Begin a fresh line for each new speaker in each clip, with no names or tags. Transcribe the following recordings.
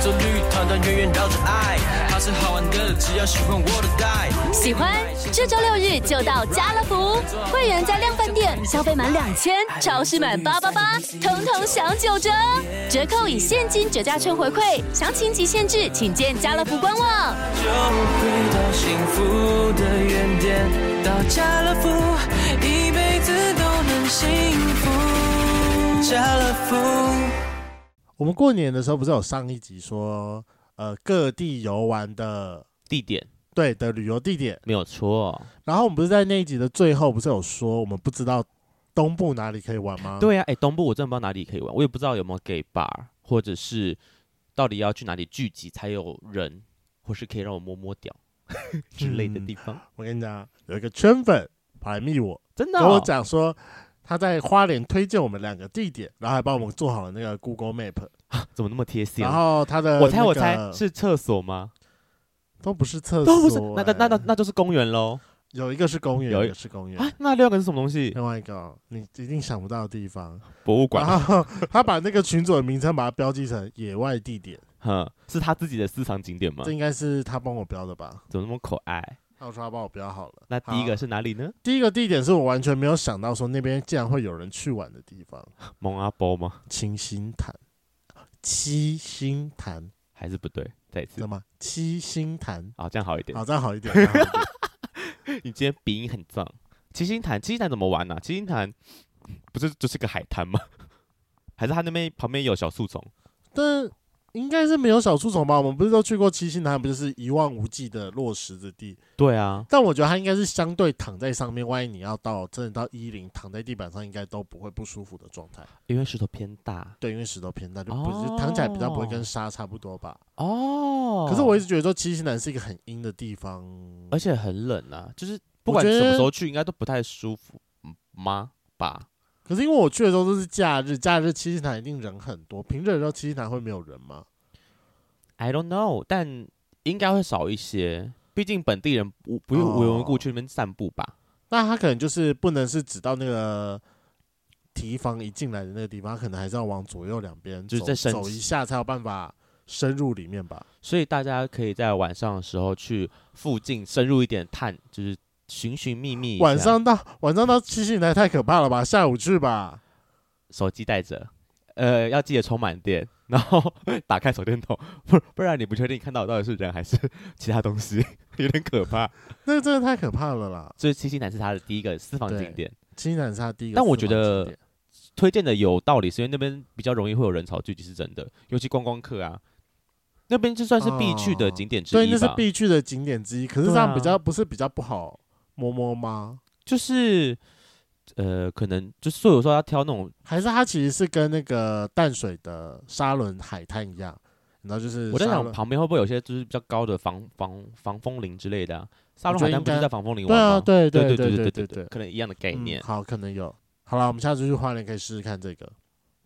团团圆圆绕着爱，它是好玩的，只要喜欢我的带。
喜欢，这周六日就到家乐福，会员在量贩店消费满两千，超市满八八八，统统享九折，折扣以现金折价券回馈，详情及限制请见家乐福官网。
就回到幸福的原点，到家乐福，一辈子都能幸福。家乐福。
我们过年的时候不是有上一集说，呃，各地游玩的
地点
对的旅游地点，
没有错。
然后我们不是在那一集的最后不是有说我们不知道东部哪里可以玩吗？，
对啊，哎、东部我真的不知道哪里可以玩，我也不知道有没有 gay bar，或者是到底要去哪里聚集才有人，或是可以让我摸摸 屌之类的地方。
我跟你讲，有一个圈粉跑来密我，
真的、
跟
哦，
我讲说他在花莲推荐我们两个地点，然后还帮我们做好了那个 Google Map，
怎么那么贴心？
然后他的
我猜
那
我
个
猜是厕所吗？
都不是厕所、
都不是，那那那那
哎
那就是公园喽
有一个是公园，
有
有
一
一个是公园。
啊！那另外一个是什么东西？
另外一个你一定想不到的地方，
博物
嗯然
馆，
后他把那个群组的名称把它标记成野外地点，
哼，是他自己的私藏景点吗
这？应该是他帮我标的吧？
怎么那么可爱？
他说他帮我标好了。
那第一个
好
是哪里呢？
第一个地点是我完全没有想到说那边竟然会有人去玩的地方，
蒙阿波吗？
七星潭，七星潭
还是不对？再一
知
次
道，吗？七星潭，
好，这样好一点。
好，这样好一点。这样好一点
你今天鼻音很脏。七星潭，七星潭怎么玩呢、七星潭不是就是个海滩吗？ 还是它那边旁边有小树丛？
但应该是没有小树丛吧？我们不是都去过七星潭，不就是一望无际的落石之地？
对啊，
但我觉得它应该是相对躺在上面，万一你要到真的到一零躺在地板上，应该都不会不舒服的状态。
因为石头偏大
对，因为石头偏大，就
哦
不是、躺起来比较不会跟沙差不多吧。
哦。
可是我一直觉得说七星潭是一个很阴的地方，
而且很冷啊，就是不
我
管
觉
什么
得
时候去，应该都不太舒服嗯吗？吧？
可是因为我去的时候都是假日，假日七星潭一定人很多，平日的时候七星潭会没有人吗？
I don't know，但应该会少一些，毕竟本地人不不用
哦
无缘无故去那边散步吧。
那他可能就是不能是只到那个提防一进来的那个地方，他可能还是要往左右两边
就是
走
在深
走一下才有办法深入里面吧。
所以大家可以在晚上的时候去附近深入一点探，就是寻寻觅觅一下。
晚上到晚上到七星台太可怕了吧？下午去吧。
手机带着，呃，要记得充满电， 然后打开手电筒， 不不然你不确定看到到底是人还是其他东西， 有点可怕。
那个真的太可怕了啦！
所以七星潭是他的第一个私房景
对
点，
七星潭是他第一个私
但
房景点，
我觉得推荐的有道理，是因为那边比较容易会有人潮聚集，是真的，尤其观光客啊，那边就算是必去的景点之
哦对，
一
那是
吧。
必去的景点之一。可是这
对啊
样比较不是比较不好摸摸吗？
就是呃，可能就所以我说要挑那种
还是它其实是跟那个淡水的沙仑海滩一样，你知道就是
我在
沙
想
仑
旁边会不会有些就是比较高的防防防风林之类的、啊？沙
我
龙
觉
海
得
滩
应
不是
该
在防风林
对
玩
啊，
吗？
对
对
对
对
对
对，可能一样的概念
嗯，。好，可能有。好了，我们下次去花莲可以试试看这个。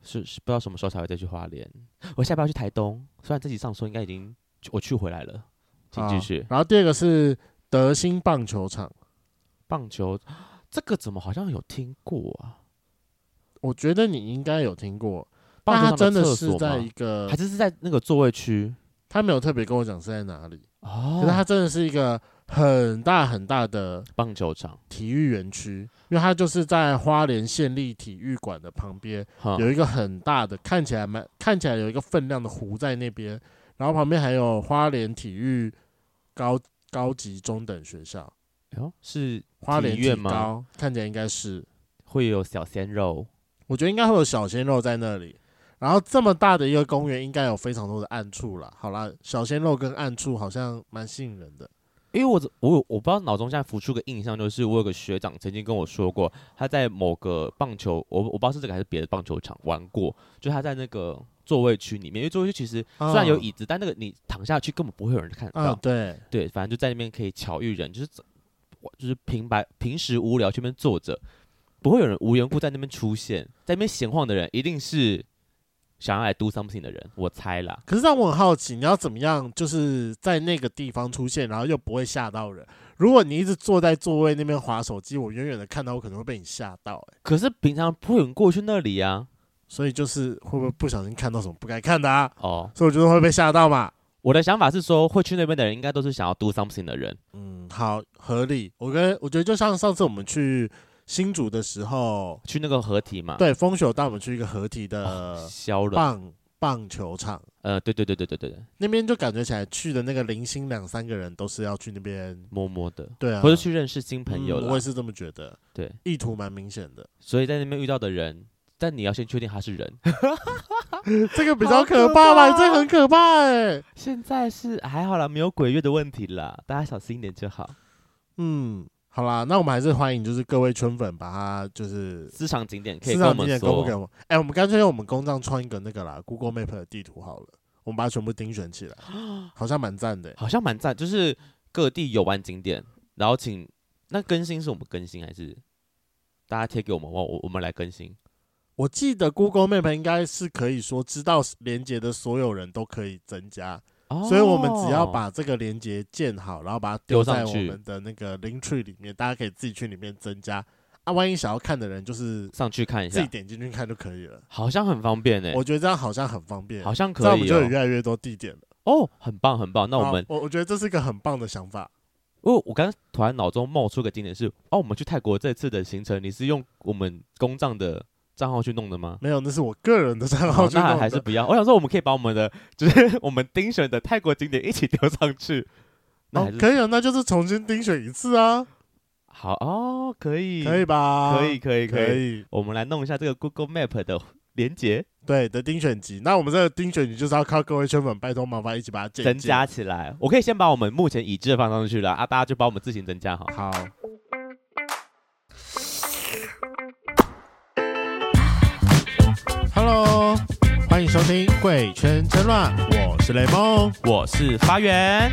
是是不知道什么时候才会再去花莲。我下班要去台东，虽然这集上说应该已经去我去回来了，请
好
继续。
啊然后第二个是德兴棒球场，
棒球这个怎么好像有听过啊？
我觉得你应该有听过，
棒
但
球
它真
场
的
厕
是
所吗
在一？个
还，是是在那个座位区？
他没有特别跟我讲是在哪里，可
哦
是，它真的是一个很大很大的
棒球场，
体育园区，因为它就是在花莲县立体育馆的旁边，
哈
有一个很大的，看起来蛮看起来有一个分量的湖在那边，然后旁边还有花莲体育高高级中等学校，
哎呦是
花莲
体
体
院吗？
高看起来应该是，
会有小鲜肉，
我觉得应该会有小鲜肉在那里。然后这么大的一个公园，应该有非常多的暗处啦。好啦，小鲜肉跟暗处好像蛮吸引人的。
因为我只我有我不知道脑中现在浮出个印象，就是我有个学长曾经跟我说过，他在某个棒球，我我不知道是这个还是别的棒球场玩过，就他在那个座位区里面，因为座位区其实虽然有椅子，但那个你躺下去根本不会有人看得
啊、
到，
对，
对，反正就在那边可以巧遇人，就是我就是平白平时无聊去那边坐着，不会有人无缘故在那边出现，在那边闲晃的人一定是想要来 do something 的人，我猜啦。
可是让我很好奇，你要怎么样，就是在那个地方出现，然后又不会吓到人？如果你一直坐在座位那边划手机，我远远的看到，我可能会被你吓到、欸。
可是平常不会有人过去那里啊，
所以就是会不会不小心看到什么不该看的啊？
哦，
所以我觉得会被吓到嘛。
我的想法是说，会去那边的人应该都是想要 do something 的人。
嗯，好合理。我跟我觉得就像上次我们去新竹的时候，
去那个合体嘛，
对，风雪带我们去一个合体
哦，
的
消了，
棒棒球场，
呃，对对对对对对对，
那边就感觉起来去的那个零星两三个人都是要去那边，
摸摸的，
对啊，
或者去认识新朋
嗯
友了
我也。是这么觉得，
对，
意图蛮明显 的，
所以在那边遇到的人，但你要先确定他是人。
这个比
好
较
可
可怕吧？
怕
这很可怕哎、
现在是还好啦，没有鬼月的问题啦，大家小心一点就好。
嗯，好啦，那我们还是欢迎就是各位圈粉把它就是。
私藏景点可以
市
跟我
场景
们
点公布给
说，
我们？哎、我们干脆用我们公账创一个那个啦，Google Map 的地图好了，我们把它全部精选 起来，好像蛮赞的、
好像蛮赞，就是各地游玩景点，然后请那更新是我们更新还是大家贴给我们，我我我们来更新。
我记得 Google Map 应该是可以说知道连接的所有人都可以增加，所以我们只要
哦
把这个连接建好，然后把它
丢
丢
上
在我
去
们的那个 link tree 里面，大家可以自己去里面增加。啊，万一想要看的人就是
上去看一
自己
下，
点进去看就可以了。
好像很方便诶、
我觉得这样好像很方便，
好像
这样
可
我们
以
就有
哦、
越来越多地点了。
哦，很棒很棒。那我
好
们，
我我觉得这是一个很棒的想法。
哦，我刚刚突然脑中冒出个景点是，哦，我们去泰国这次的行程，你是用我们公账的账号去弄的吗？
没有，那是我个人的账号
哦
去弄
那
的，
还是不要。我想说，我们可以把我们的就是 我们丁选的泰国景点一起丢上去，那还
哦
是、
可以啊，那就是重新盯选一次啊，
好哦，可以，
可以吧？
可以，可以，可
可
以。
以，
我们来弄一下这个 Google Map 的连接，
对的盯选集。那我们这个盯选集就是要靠各位圈粉，拜托麻烦一起把它建
增加。起来。我可以先把我们目前已知的放上去了啊，大家就把我们自行增加好。
好，Hello，欢迎收听《贵圈争乱》，我是雷梦。
我是发源，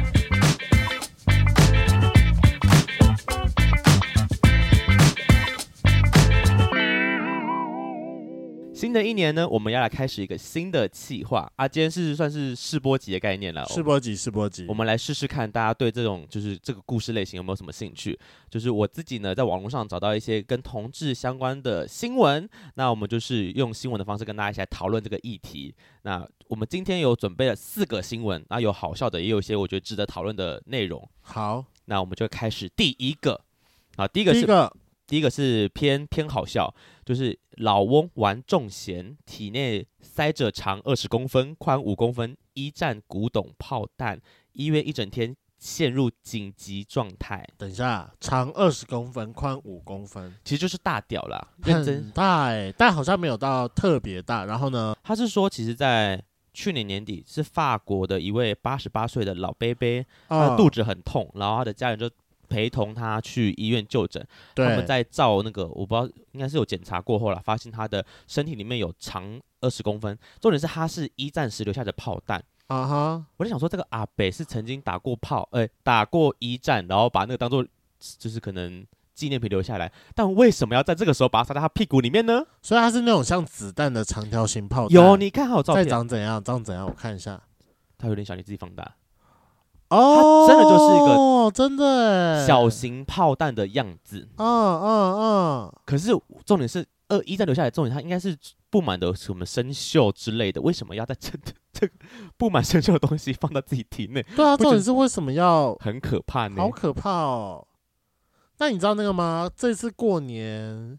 新的一年呢，我们要来开始一个新的企划啊！今天是算是试播集的概念了，
试播集，试播集
我，们来试试看，大家对这种就是这个故事类型有没有什么兴趣？就是我自己呢，在网络上找到一些跟同志相关的新闻，那我们就是用新闻的方式跟大家一起来讨论这个议题。那我们今天有准备了四个新闻，那有好笑的，也有一些我觉得值得讨论的内容。
好，
那我们就开始第一个，啊，第一个
第
是
一个
第一个是偏偏好笑，就是老翁玩中弦，体内塞着长二十公分、宽五公分一战古董炮弹，医院一整天陷入紧急状态，
等一下，长二十公分，宽五公分，
其实就是大屌啦。认
很
真，
大哎、但好像没有到特别大。然后呢，
他是说，其实，在去年年底是法国的一位八十八岁的老伯伯，他
啊
呃的肚子很痛，然后他的家人就陪同他去医院就诊，
对，
他们在照那个，我不知道，应该是有检查过后了，发现他的身体里面有长二十公分，重点是他是一战时留下的炮弹。
啊哈，
我就想说，这个阿北是曾经打过炮，哎、打过一战，然后把那个当做就是可能纪念品留下来，但为什么要在这个时候把它塞到他屁股里面呢？
所以它是那种像子弹的长条形炮弹。
有，你看好照
再
片，
长怎样？长怎样？我看一下。
它有点小，你自己放大，
哦，
真的就是一个
哦，真的欸
小，型炮弹的样子。
嗯嗯嗯，
可是重点是，二一战留下来，重点它应该是布满的什么生锈之类的，为什么要在这这个布满生锈的东西放到自己体内？
对啊，
不
重点
止
是为什么要？
很可怕呢
好。可怕哦！那你知道那个吗？这次过年，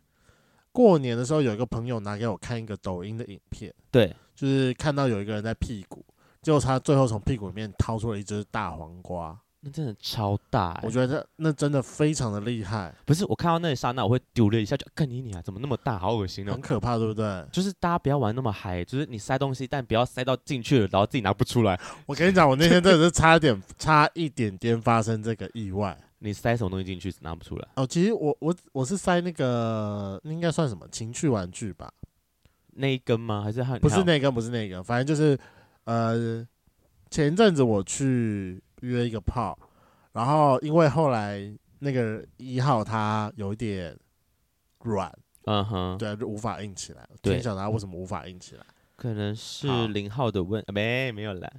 过年的时候有一个朋友拿给我看一个抖音的影片，
对，
就是看到有一个人在屁股，结果他最后从屁股里面掏出了一只大黄瓜。
那真的超大、欸。
我觉得那真的非常的厉害，
不是，我看到那一刹那，我会丢了一下，就看你你啊，怎么那么大，好恶心哦
很。可怕，对不对？
就是大家不要玩那么嗨，就是你塞东西，但不要塞到进去了，然后自己拿不出来。
我跟你讲，我那天真的是差点差一点点发生这个意外。
你塞什么东西进去拿不出来？
哦，其实我我我是塞那个那应该算什么情趣玩具吧？
那一根吗？还是还有
不是那个，不是那个，反正就是呃，前一阵子我去约一个炮，然后因为后来那个一号他有一点软，
嗯哼，
对，就无法硬起来。
对
天晓得他为什么无法硬起来？
可能是
好
零号的问，呃没没有啦。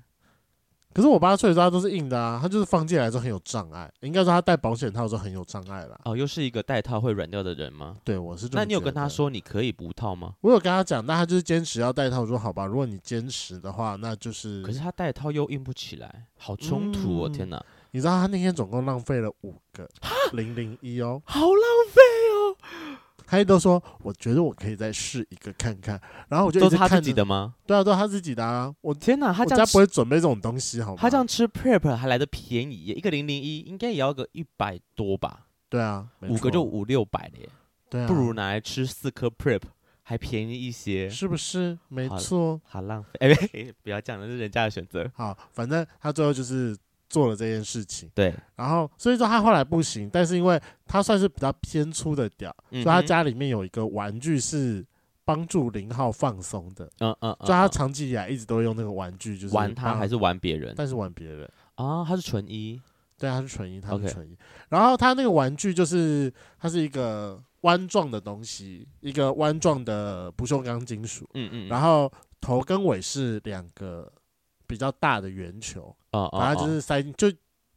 可是我八岁的时候他都是硬的啊，他就是放进来的时候很有障碍，应该说他戴保险套的时候很有障碍啦。
哦，又是一个戴套会软掉的人吗？
对，我是这么
那你有
觉
跟他
得？
说你可以不套吗？
我有跟他讲，但他就是坚持要戴套。我说好吧，如果你坚持的话，那就是。
可是他戴套又硬不起来，好冲突哦！
嗯
天哪，
你知道他那天总共浪费了五个零零一哦，
好浪费哦！
他一直都说我觉得我可以再试一个看看，然后我就
都
一
是
直
他
看
自己
着
的吗？
对啊，都是他自己的啊。我
天哪，他
我
这
家
样
不
吃
会准备这种东西，好吗？
他这样吃 prep 还来的便宜耶，一个零零一应该也要个一百多吧，
对啊，没
五个
错
就五六百了耶，
对啊，
不如拿来吃四颗 prep 还便宜一些。
是不是？没
好了
错。
好浪费！哎、哎不要这样，那是人家的选择。
好，反正他最后就是做了这件事情，
对，
然后所以说他后来不行，但是因为他算是比较偏粗的屌，
嗯哼
所以他，家里面有一个玩具是帮助零号放松的，
嗯嗯，
所
嗯
以他
嗯
长期以来一直都用那个玩具，就是
玩他
帮
还是玩别人
但是玩别人，
啊？他是纯一，
对，他是纯一，他
OK
是纯一。然后他那个玩具就是它是一个弯状的东西，一个弯状的不锈钢金属，
嗯嗯，后
然后头跟尾是两个比较大的圆球，
哦哦，
然后就
哦
是塞进就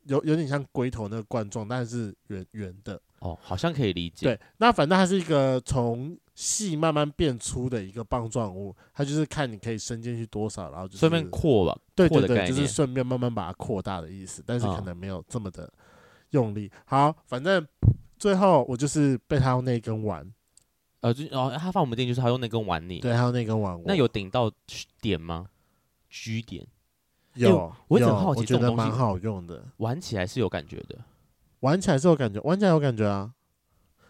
有有点像龟头那个冠状，但是圆圆的。
哦，好像可以理解。
对，那反正它是一个从细慢慢变粗的一个棒状物，它就是看你可以伸进去多少，然后就是
顺便扩吧，
对
扩
对
的
对，
概
就
念
是。顺便慢慢把它扩大的意思，但是可
嗯
能没有这么的用力。好，反正最后我就是被他用那根玩，
呃，就哦，他放我们进去，就是他用那根玩你。
对，他用那根玩我，
那有顶到点吗？G 点哎
有
呦，我一直
有
很好奇
我
这
觉得
种东西
蛮好用的，
玩起来是有感觉的。
玩起来是有感觉，玩起来有感觉啊，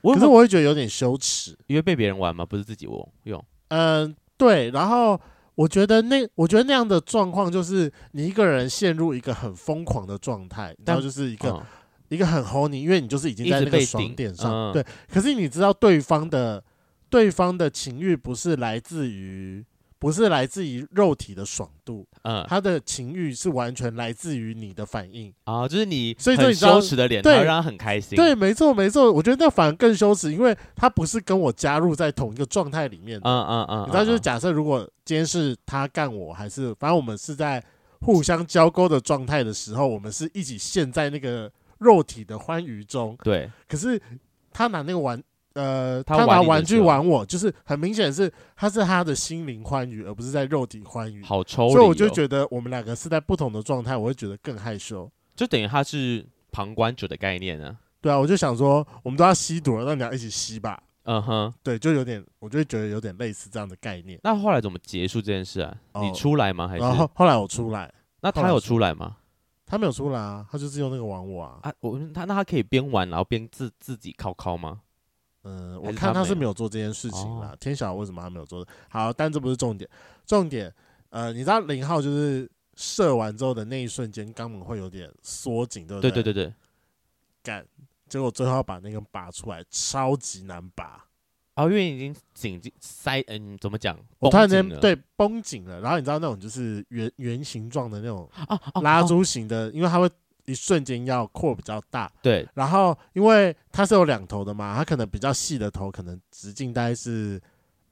我
可是
有没有
我会觉得有点羞耻。
因为被别人玩嘛，不是自己我用。
嗯，对。然后我觉得那，我觉得那样的状况就是你一个人陷入一个很疯狂的状态，然
但
后就是一个、
嗯
一个很吼你，因为你就是已经
一
在
直
那个
被
爽
顶
点上，
嗯
对。可是你知道对方的对方的情欲不是来自于。不是来自于肉体的爽度，
嗯
他的情欲是完全来自于你的反应。
啊，就是你
所以说
很
你知道
羞耻的脸，
对
他会让他很开心。
对，，没错，没错。我觉得那反而更羞耻，因为他不是跟我加入在同一个状态里面的。
嗯嗯嗯，
你知道，就是
嗯
假设如果今天是他干我，还是反正我们是在互相交勾的状态的时候，我们是一起陷在那个肉体的欢愉中。
对，
可是他拿那个玩，呃，
他
他
玩
拿
你的
玩具
时候
玩我，就是很明显是他是他的心灵欢愉，而不是在肉体欢愉。
好抽离
嗯
哦。
所以我就觉得我们两个是在不同的状态，我会觉得更害羞。
就等于他是旁观者的概念啊。
对啊，我就想说，我们都要吸毒了，那你要一起吸吧。
嗯哼，
对，就有点，我就会觉得有点类似这样的概念。
那后来怎么结束这件事啊？
哦
你出来吗？还是
然后后来我出来，
那
后
他
来
有
是
出来吗？
他没有出来啊，他就是用那个玩我啊。
啊，我他那他可以边玩然后边自自己靠靠吗？
嗯，
还
我
是
看
他
他是
没哦
没有做这件事情啦。天晓得为什么他没有做。好，但这不是重点，重点，呃，你知道零号就是射完之后的那一瞬间，肛门会有点缩紧，对不
对
对
对对对，
干，结果最后要把那根拔出来，超级难拔。
啊，因为已经紧紧塞，嗯，怎么讲？
我突然间
绷紧了
对绷紧了，然后你知道那种就是圆圆形状的那种
啊啊
拉
啊
珠型的，因为它会一瞬间要扩比较大，
对，
然后因为它是有两头的嘛，它可能比较细的头，可能直径大概是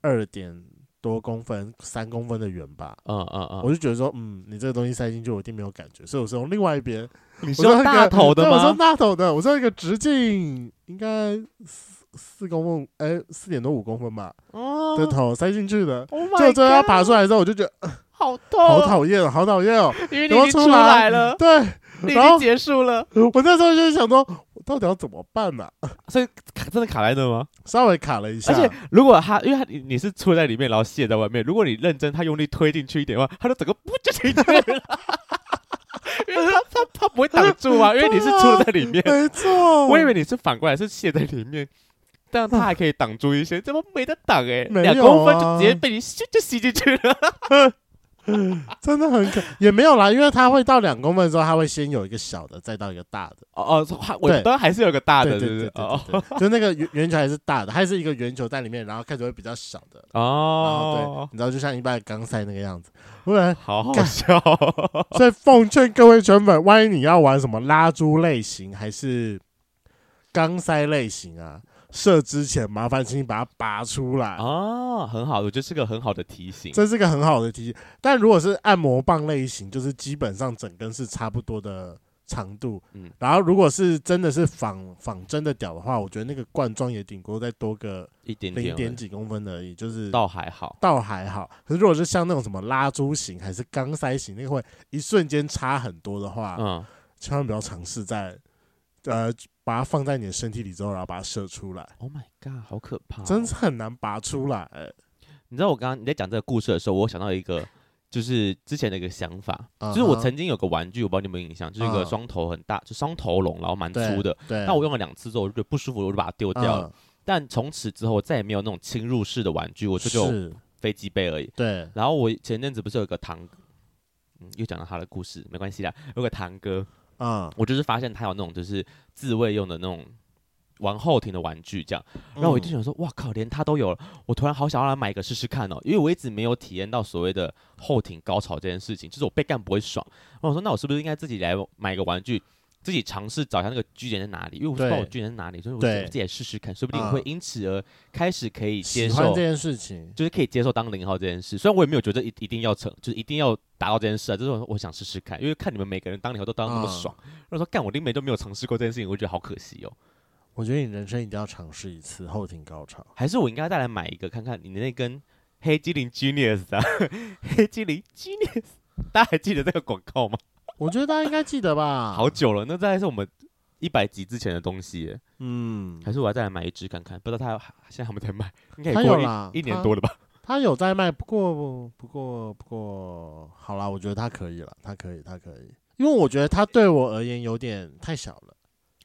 二点多公分、三公分的圆吧。
嗯嗯嗯，
我就觉得说，嗯，你这个东西塞进去，我一定没有感觉，所以我是用另外一边，
你
我用一个
大头的
对我是用
吗？
大头的，我是用一个直径应该四四公分，哎，四点多五公分吧
哦
的头塞进去的。
，Oh
就最后要
God，
爬出来的时候，我就觉得
好痛
好
哦，
讨厌哦，好讨厌哦。
因为你
等我
已经
出
出
来
来了，
对
你已
然后
经结束了，
我那时候就是想说，我到底要怎么办呢、
所以卡 真的卡在那吗？
稍微卡了一下，
而且如果他，因为他你你是出在里面，然后卸在外面，如果你认真，他用力推进去一点的话，他就整个不就进去了。 因为他他他不会挡住啊，因为你是出在里面。
没错，
呃我以为你是反过来是卸在 里面，但他还可以挡住一些，怎么没得挡哎、
没有啊
两、公分就直接被你吸就吸进去 了。
真的很可，也没有啦，因为它会到两公分的时候，它会先有一个小的，再到一个大的。
哦哦，还 我当然还是有个大
对
的，
对
是不
对
是？
对
哦
对对，就那个圆圆球还是大的，它是一个圆球在里面，然后开始会比较小的，然后对
哦，，
你知道就像一般的钢塞那个样子。不然，
好好
干
笑哦。
所以奉劝各位圈粉，万一你要玩什么拉珠类型还是钢塞类型啊，射之前，麻烦请你把它拔出来。
啊，很好，我觉得是个很好的提醒。
这是个很好的提醒。但如果是按摩棒类型，就是基本上整根是差不多的长度。
嗯
然后如果是真的是仿仿真的屌的话，我觉得那个罐装也顶多再多个
一点点
零点
而
几公分而已，就是
已倒还好，
倒还好。可是如果是像那种什么拉珠型还是钢塞型，那个会一瞬间差很多的话，
嗯，
千万不要尝试在呃把它放在你的身体里之后，然后把它射出来，
Oh my god，好可怕哦、
真是很难拔出来、
你知道我刚刚你在讲这个故事的时候，我想到一个，就是之前的一个想法
嗯哼
就是我曾经有个玩具，我不知道你有没有印象，就是一个
嗯
双头很大，就双头龙，然后蛮
对
粗的。
对，嗯
那我用了两次之后，我就觉得不舒服，我就把它丢
不
掉了。但从此之后，我再也没有那种侵入式的玩具，我就只有
是，
飞机杯而已。
对，
然后我前阵子不是有个堂，嗯，又讲到他的故事，没关系啦。有个堂哥，
嗯，
我就是发现他有那种就是自慰用的那种玩后庭的玩具这样。
嗯
然后我就想说，哇靠，连他都有了，我突然好想要来买一个试试看哦，因为我一直没有体验到所谓的后庭高潮这件事情，就是我被干不会爽。然后我说，那我是不是应该自己来买一个玩具，自己尝试找一下那个据点在哪里？因为我不知道
对
我据点在哪里，所以我
对
自己来试试看，说不定
嗯
会因此而开始可以接
喜欢
受
这，件事情，
就是可以接受当零号这件事。虽然我也没有觉得一一定要成，就是一定要达到这件事啊，就是我我想试试看，因为看你们每个人当零号都当得那么
嗯
爽，然后说干我林美都没有尝试过这件事情，我觉得好可惜哦。
我觉得你人生一定要尝试一次后庭高潮。
还是我应该再来买一个看看你那根黑精灵 Genius 的 黑精灵 Genius，大家还记得这个广告吗？
我觉得大家应该记得吧。
好，久了，那大概是我们一百集之前的东西耶，
嗯，
还是我要再来买一支看看？不知道他现在还没在卖，应该也
他
过
有
了一
啦，
一年
他
多了吧？
他有在卖，不过不过不过，好啦，我觉得他可以了，他可以，他可以，因为我觉得他对我而言有点太小了。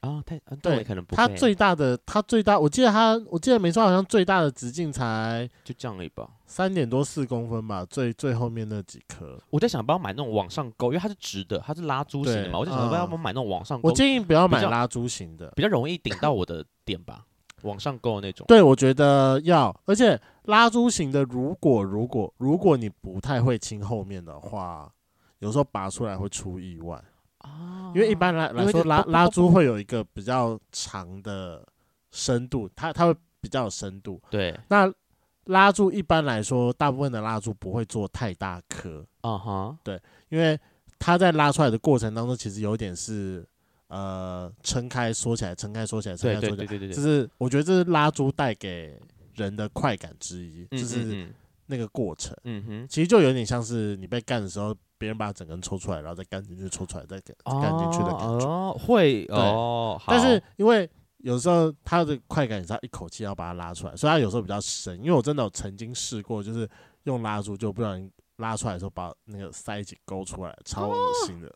啊，太啊
对
那我也可能不
他
会
最大的，他最大，我记得他，我记得没错，好像最大的直径才
就这样而已吧。
三点多四公分吧，最最后面那几颗。
我在想，不要买那种往上勾，因为它是直的，它是拉珠型的
对
嘛。我就想，
嗯
不要不要买那种往上勾
我，建议不要
哦比
买
较
拉珠型的，
比较容易顶到我的点吧，往上勾的那种。
对，我觉得要，而且拉珠型的，如果如果如果你不太会清后面的话，有时候拔出来会出意外，
啊
因为一般来
因
来
为
说
就
拉
啵啵
拉
啵
珠会有一个比较长的深度，它它会比较有深度。
对，
那拉珠一般来说，大部分的拉珠不会做太大颗，
啊哈，
因为它在拉出来的过程当中，其实有点是呃撑开缩起来，撑开缩起来，撑
对
开
对
缩起
对
来，
对对
这
对，
是我觉得这是拉珠带给人的快感之一，
嗯
就是。
嗯嗯
那个过程，
嗯哼，
其实就有点像是你被干的时候，别人把整根抽出来，然后再干进去，抽出来再干再干进去的感觉。
哦，会哦，好
但是因为有时候它的快感也是要一口气要把它拉出来，所以它有时候比较深。因为我真的有曾经试过，就是用拉珠就不小心拉出来的时候，把那个塞一起勾出来，超恶心
哦
的。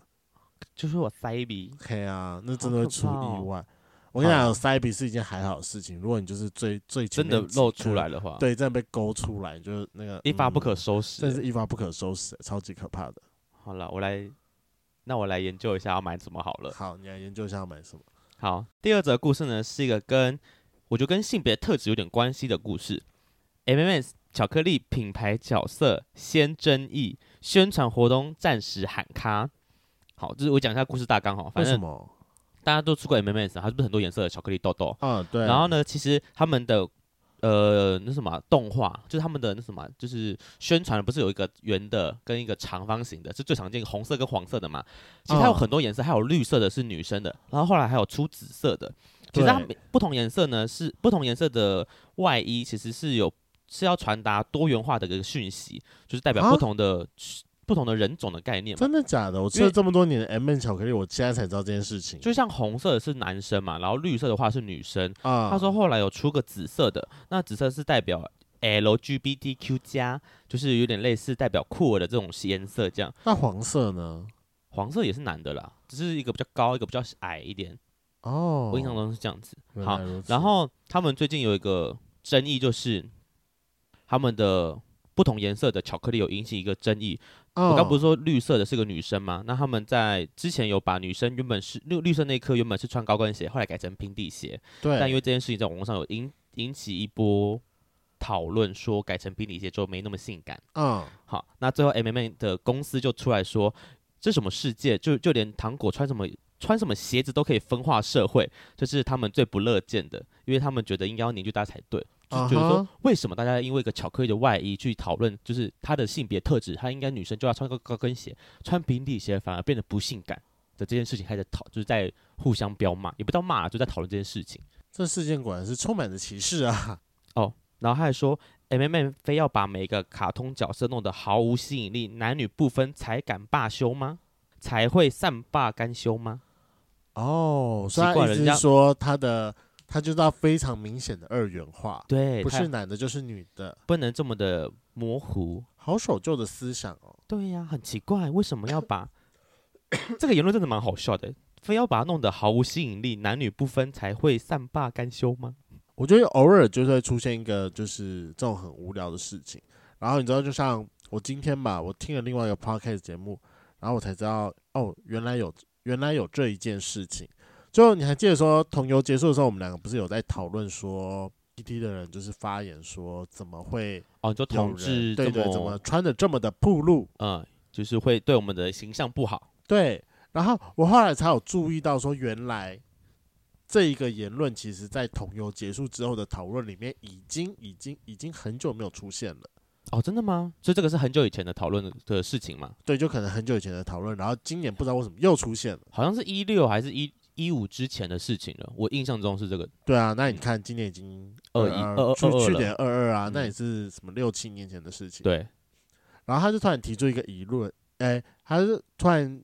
就是我塞鼻，
嘿啊，那真的会出
好可怕哦
意外。我跟你讲，
好
有塞鼻是一件还好的事情，如果你就是最最前
真的
面几
露出
颗，
来的话，，
对，真的被嗯勾出来，就是那个
啊一发不可
嗯
收
真的是
拾。
一发不可收拾，超级可怕的。
好了，我来，那我来研究一下要买什么好了。
好，你来研究一下要买什么。
好，第二则故事呢是一个跟我觉得跟性别特质有点关系的故事。M&M's 巧克力品牌角色先争议，宣传活动暂时喊卡。好，就是我讲一下故事大纲哈，
为
反
什
正
么？
大家都吃过 M&M's，它是啊不是很多颜色的巧克力豆豆？
啊，对。
然后呢，其实他们的呃那什么啊动画，就是他们的那什么啊，就是宣传不是有一个圆的跟一个长方形的，是最常见红色跟黄色的嘛。其实它有
嗯
很多颜色，还有绿色的是女生的，然后后来还有出紫色的。其实它
对
每不同颜色呢是不同颜色的外衣，其实是有是要传达多元化的一个讯息，就是代表
啊
不同的、不同的人种的概念嘛。
真的假的？我吃
因为
了这么多年的 M N 巧克力，我现在才知道这件事情。
就像红色的是男生嘛，然后绿色的话是女生，
啊，
他说后来有出个紫色的，那紫色是代表 LGBTQ 加，就是有点类似代表酷儿的这种颜色这样。
那黄色呢？
黄色也是男的啦，只是一个比较高，一个比较矮一点。
哦，
我印象中是这样子。
原
好
来如此
然后他们最近有一个争议，就是他们的不同颜色的巧克力有引起一个争议。我刚不是
哦
说绿色的是个女生吗？那他们在之前有把女生原本是绿绿色那一颗原本是穿高跟鞋，后来改成平底鞋。
对，
但因为这件事情在网络上有引引起一波讨论，说改成平底鞋之后没那么性感。
嗯
好，那最后 M M 的公司就出来说，这什么世界？就就连糖果穿什么穿什么鞋子都可以分化社会，这是他们最不乐见的，因为他们觉得应该要凝聚大家才对。就
啊
是觉得
哈
说，为什么大家因为一个巧克力的外衣去讨论，就是她的性别特质，她应该女生就要穿个高跟鞋，穿平底鞋反而变得不性感的这件事情，开始讨，就是在互相彪骂，也不叫骂，啊就在讨论这件事情。
这事件果然是充满着歧视啊！
然后他还说，M M M 非要把每个卡通角色弄得毫无吸引力，男女不分才敢罢休吗？才会善罢甘休吗？
哦，所以
奇怪
他意思
人家
是说他的他就是要非常明显的二元化，
对，
不
他
是男的就是女的，
不能这么的模糊。
好守旧的思想哦。
对呀、很奇怪，为什么要 把这个言论真的蛮好笑的，非要把它弄得毫无吸引力，男女不分才会善罢甘休吗？
我觉得偶尔就是会出现一个就是这种很无聊的事情，然后你知道，就像我今天吧，我听了另外一个 podcast 节目，然后我才知道哦，原来有原来有这一件事情。就你还记得说同游结束的时候，我们两个不是有在讨论说 PT 的人就是发言说怎么会
哦，你说
有
同
人
志这
对
么
对怎么穿的这么的暴露？
嗯，就是会对我们的形象不好。
对，然后我后来才有注意到说，原来这一个言论，其实在同游结束之后的讨论里面，已经已经已经很久没有出现了。
哦，真的吗？所以这个是很久以前的讨论的的事情嘛？
对，就可能很久以前的讨论，然后今年不知道为什么又出现了。
好像是一六还是一一五之前的事情了。我印象中是这个，
对啊，那你看今年已经
二一二
二
二
去
二二
去
了
年二二啊，那
嗯
也是什么六七年前的事情。
对，
然后他就突然提出一个疑论，哎，他就突然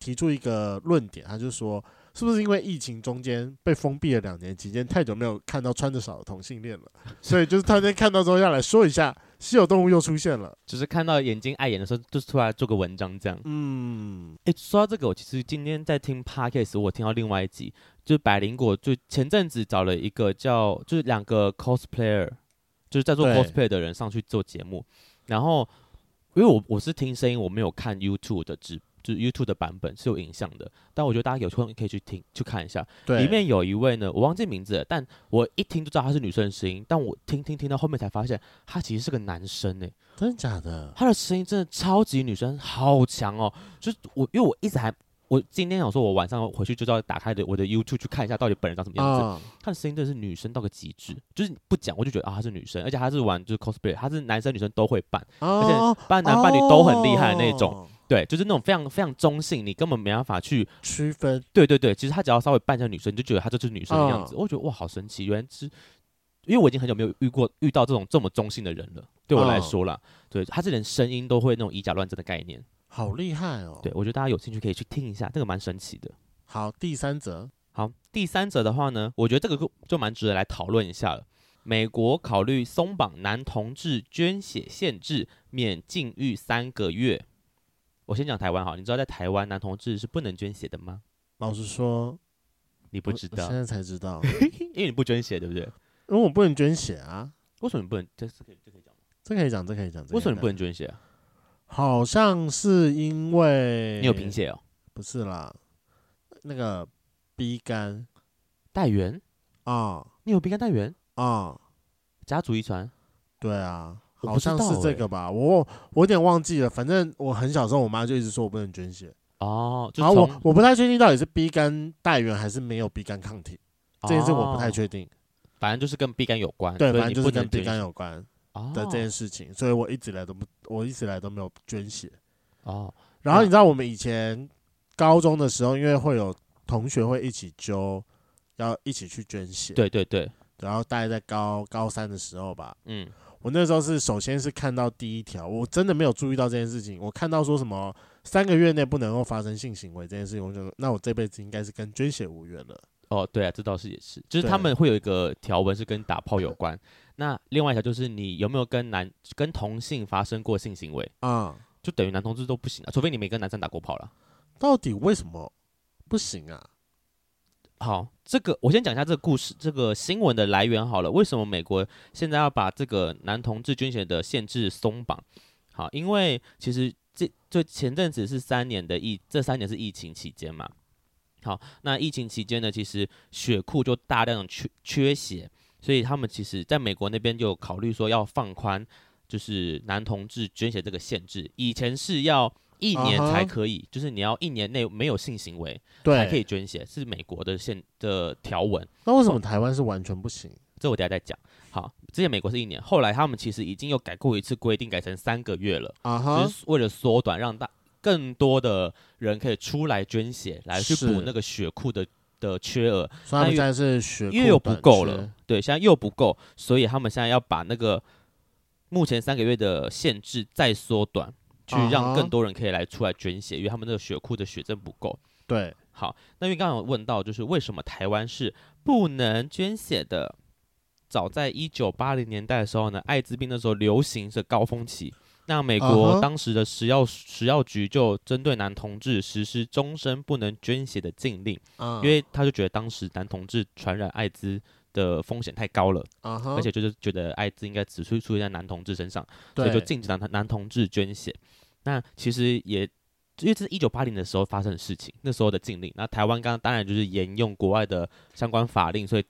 提出一个论点，他就说，是不是因为疫情中间被封闭了两年期间，太久没有看到穿着少的同性恋了，所以就是突然间看到之后要来说一下，稀有动物又出现了。
就是看到眼睛碍眼的时候，就是突然做个文章这样。
嗯，
诶，说到这个，我其实今天在听 podcast，我听到另外一集，就是百灵果，就前阵子找了一个叫，就是两个 cosplayer，就是在做
对
cosplay 的人上去做节目，然后因为我我是听声音，我没有看 YouTube 的直，就是 YouTube 的版本是有影像的，但我觉得大家有空可以去听去看一下，
对，
里面有一位呢，我忘记名字了，但我一听就知道她是女生的声音，但我听听听到后面才发现，她其实是个男生诶。
真的假的？
她的声音真的超级女生，好强哦！就是我，因为我一直还，我今天想说，我晚上回去就要打开的我的 YouTube 去看一下到底本人长什么样子。
啊，
她的声音真的是女生到个极致，就是不讲我就觉得啊，她是女生，而且她是玩就是 cosplay，她是男生女生都会扮，而
哦
且扮男扮女都很厉害的那种。
哦
对，就是那种非常非常中性，你根本没办法去。
区分。
对对对，其实她只要稍微扮一下女生，你就觉得她就是女生的样
嗯
子。我觉得哇，好神奇，原来是。因为我已经很久没有遇过遇到这种这么中性的人了，对我来
嗯
说啦，对，她是连声音都会那种以假乱真的概念。
好厉害哦！
对，，我觉得大家有兴趣可以去听一下，这个蛮神奇的。
好，第三则，
好，第三者的话呢，我觉得这个就就蛮值得来讨论一下了。美国考虑松绑男同志捐血限制，免禁欲三个月。我先讲台湾好，你知道在台湾男同志是不能捐血的吗？
老实说，
你不知
我我
道
现，在才知道，
因为你不捐血，对不对？
因为我不能捐血啊，
为什么你不能？这是可以这可以讲吗？
这可以讲，这可以讲。这可以
为什么你
讲
不能捐血啊？
好像是因为
你有贫？血哦？
不是啦，那个 B 肝
带源？
啊
你有丙肝带源？
啊，
家族遗传？
对啊，
我
好
不知
像是
道
这
欸
个吧？我我有点忘记了，反正我很小时候，我妈就一直说我不能捐血。
哦，就
然后啊我
从
我不太确定到底是 B 肝带源还是没有 B 肝抗体，这件事我不太
哦
确定。
反正就是跟丙肝有关，
对，
所以
反正
你
就是
不能
跟 B
捐
肝
血
有关
哦
的这件事情，所以我一直以来都不，我一直以来都没有捐血。
哦，
然后你知道我们以前高中的时候，因为会有同学会一起揪，要一起去捐血。
对对对，
然后大概在高高三的时候吧，
嗯，
我那时候是首先是看到第一条，我真的没有注意到这件事情。我看到说什么三个月内不能够发生性行为这件事情，我就那我这辈子应该是跟捐血无缘了。
哦，对啊，这倒是也是，就是
对
他们会有一个条文是跟打炮有关，那另外一条就是你有没有跟男跟同性发生过性行为，
啊、
就等于男同志都不行啊，除非你没跟男生打过炮了。
到底为什么不行啊？
好，这个我先讲一下这个故事，这个新闻的来源好了。为什么美国现在要把这个男同志捐血的限制松绑？好，因为其实这就前阵子是三年的疫，这三年是疫情期间嘛。好，那疫情期间呢，其实血库就大量地缺缺血，所以他们其实在美国那边就有考虑说要放宽，就是男同志捐血这个限制。以前是要一年才
啊哈
可以就是你要一年内没有性行为才可以
对，
捐血，是美国的现的条文。
那为什么台湾是完全不行？
这我等一下再讲。好，之前美国是一年，后来他们其实已经有改过一次规定，改成三个月了，
啊哈
只，是为了缩短，让大更多的人可以出来捐血，来去
是
补那个血库的的缺额，
所以他们现在是血库
因为又不够
短
了
缺。，
对，现在又不够，所以他们现在要把那个目前三个月的限制再缩短，去
啊
让
哈
更多人可以来出来捐血，因为他们那个血库的血真不够。
对，
好，那因为刚刚有问到，就是为什么台湾是不能捐血的？早在一九八零年代的时候呢，艾滋病那时候流行是高峰期。那美
嗯
国
哼
当时的食药食药局就针对男同志实施终身不能捐血的禁令，
啊
因为他就觉得当时男同志传染艾滋的风险太高了，
啊哈，
而且就是觉得艾滋应该只会出现在男同志身上。所
对
以就禁止男男同志捐血。那其实也因为这是一九八零的时候发生的事情，那时候的禁令。那台湾刚刚当然就是沿用国外的相关法令，所以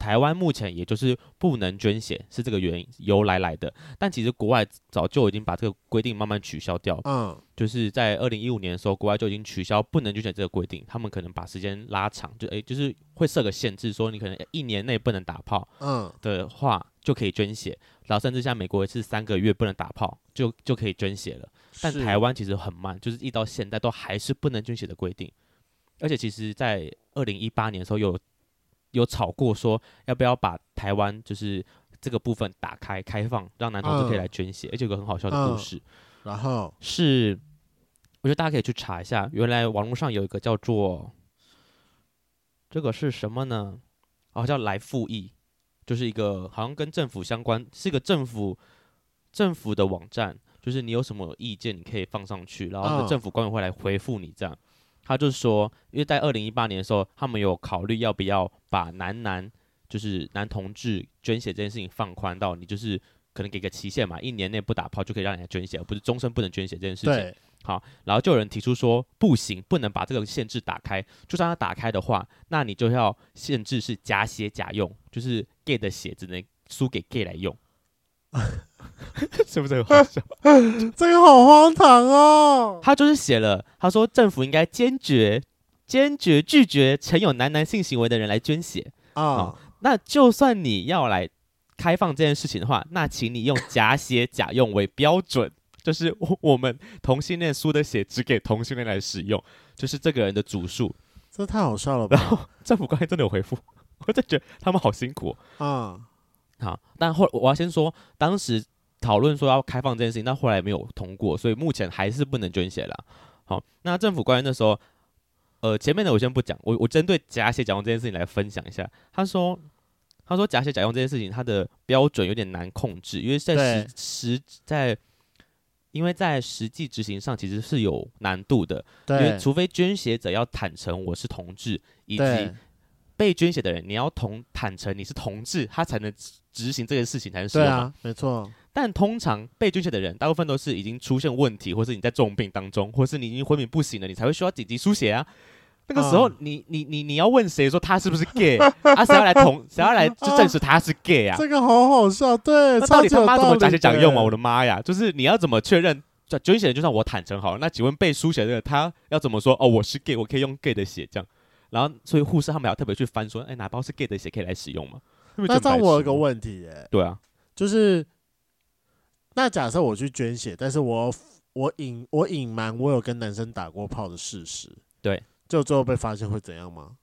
台湾目前也就是不能捐血，是这个原因由来来的。但其实国外早就已经把这个规定慢慢取消掉，
嗯
就是在二零一五年的时候，国外就已经取消不能捐血这个规定，他们可能把时间拉长，就诶、就是会设个限制，说你可能一年内不能打炮。
嗯
的话就可以捐血，然后甚至像美国也是三个月不能打炮就就可以捐血了。但
是
台湾其实很慢，就是一直到现在都还是不能捐血的规定。而且其实，在二零一八年的时候有有吵过说要不要把台湾就是这个部分打开开放，让男同志可
嗯
以来捐血。而且有个很好笑的故
嗯
事，
然后
是，我觉得大家可以去查一下，原来网络上有一个叫做这个是什么呢？哦，叫来复议，就是一个好像跟政府相关，是一个政府政府的网站，就是你有什么意见你可以放上去，然后那个
嗯
政府官员会来回复你这样。他就说，因为在二零一八年的时候，他们有考虑要不要把男男就是男同志捐血这件事情放宽到你就是可能给个期限嘛，一年内不打炮就可以让人家捐血，而不是终身不能捐血这件事情。
对
然后就有人提出说，不行，不能把这个限制打开。就算它打开的话，那你就要限制是假血假用，就是 gay 的血只能输给 gay 来用， 是不是很好笑？
这个好荒唐哦，
他就是写了，他说政府应该坚决坚决拒绝曾有男男性行为的人来捐血。
啊
那就算你要来开放这件事情的话，那请你用假血假用为标准， 就是我我们同性恋输的血只给同性恋来使用，就是这个人的主诉。
这太好笑了
然
吧
后政府官员真的有回复， 我真觉得他们好辛苦哦、
啊
好，但后我要先说，当时讨论说要开放这件事情，但后来没有通过，所以目前还是不能捐血啦。好，那政府官员那时候，呃，前面的我先不讲，我我针对假血假用这件事情来分享一下。他说，他说假血假用这件事情，它的标准有点难控制，因为在
对
实实在，因为在实际执行上其实是有难度的，因为
对
除非捐血者要坦诚我是同志，以及
对
被捐血的人，你要同坦诚你是同志，他才能执执行这个事情才能使
对
用嘛。
啊，没错，
但通常被捐血的人，大部分都是已经出现问题，或是你在重病当中，或是你已经昏迷不醒了，你才会需要紧急输血啊。那个时候
嗯
你，你你你要问谁说他是不是 gay 啊？谁要来同 谁要来就证实他是 gay 啊？
这个好好笑，对，
那到
超级
底他
有
妈怎么
道
假
理
血假用啊？我
的
的妈呀！就是你要怎么确认？就捐血的就算我坦诚好了，那请问被输血的人他要怎么说？哦，我是 gay，我可以用 gay 的血这样。然后，所以护士他们还要特别去翻说，哎，哪包是 gay 的血可以来使用吗？会不会觉
那
得
这样我有
白痴
个问题耶，
对啊，
就是那假设我去捐血，但是我我隐我隐瞒我有跟男生打过炮的事实，
对，
就最后被发现会怎样吗？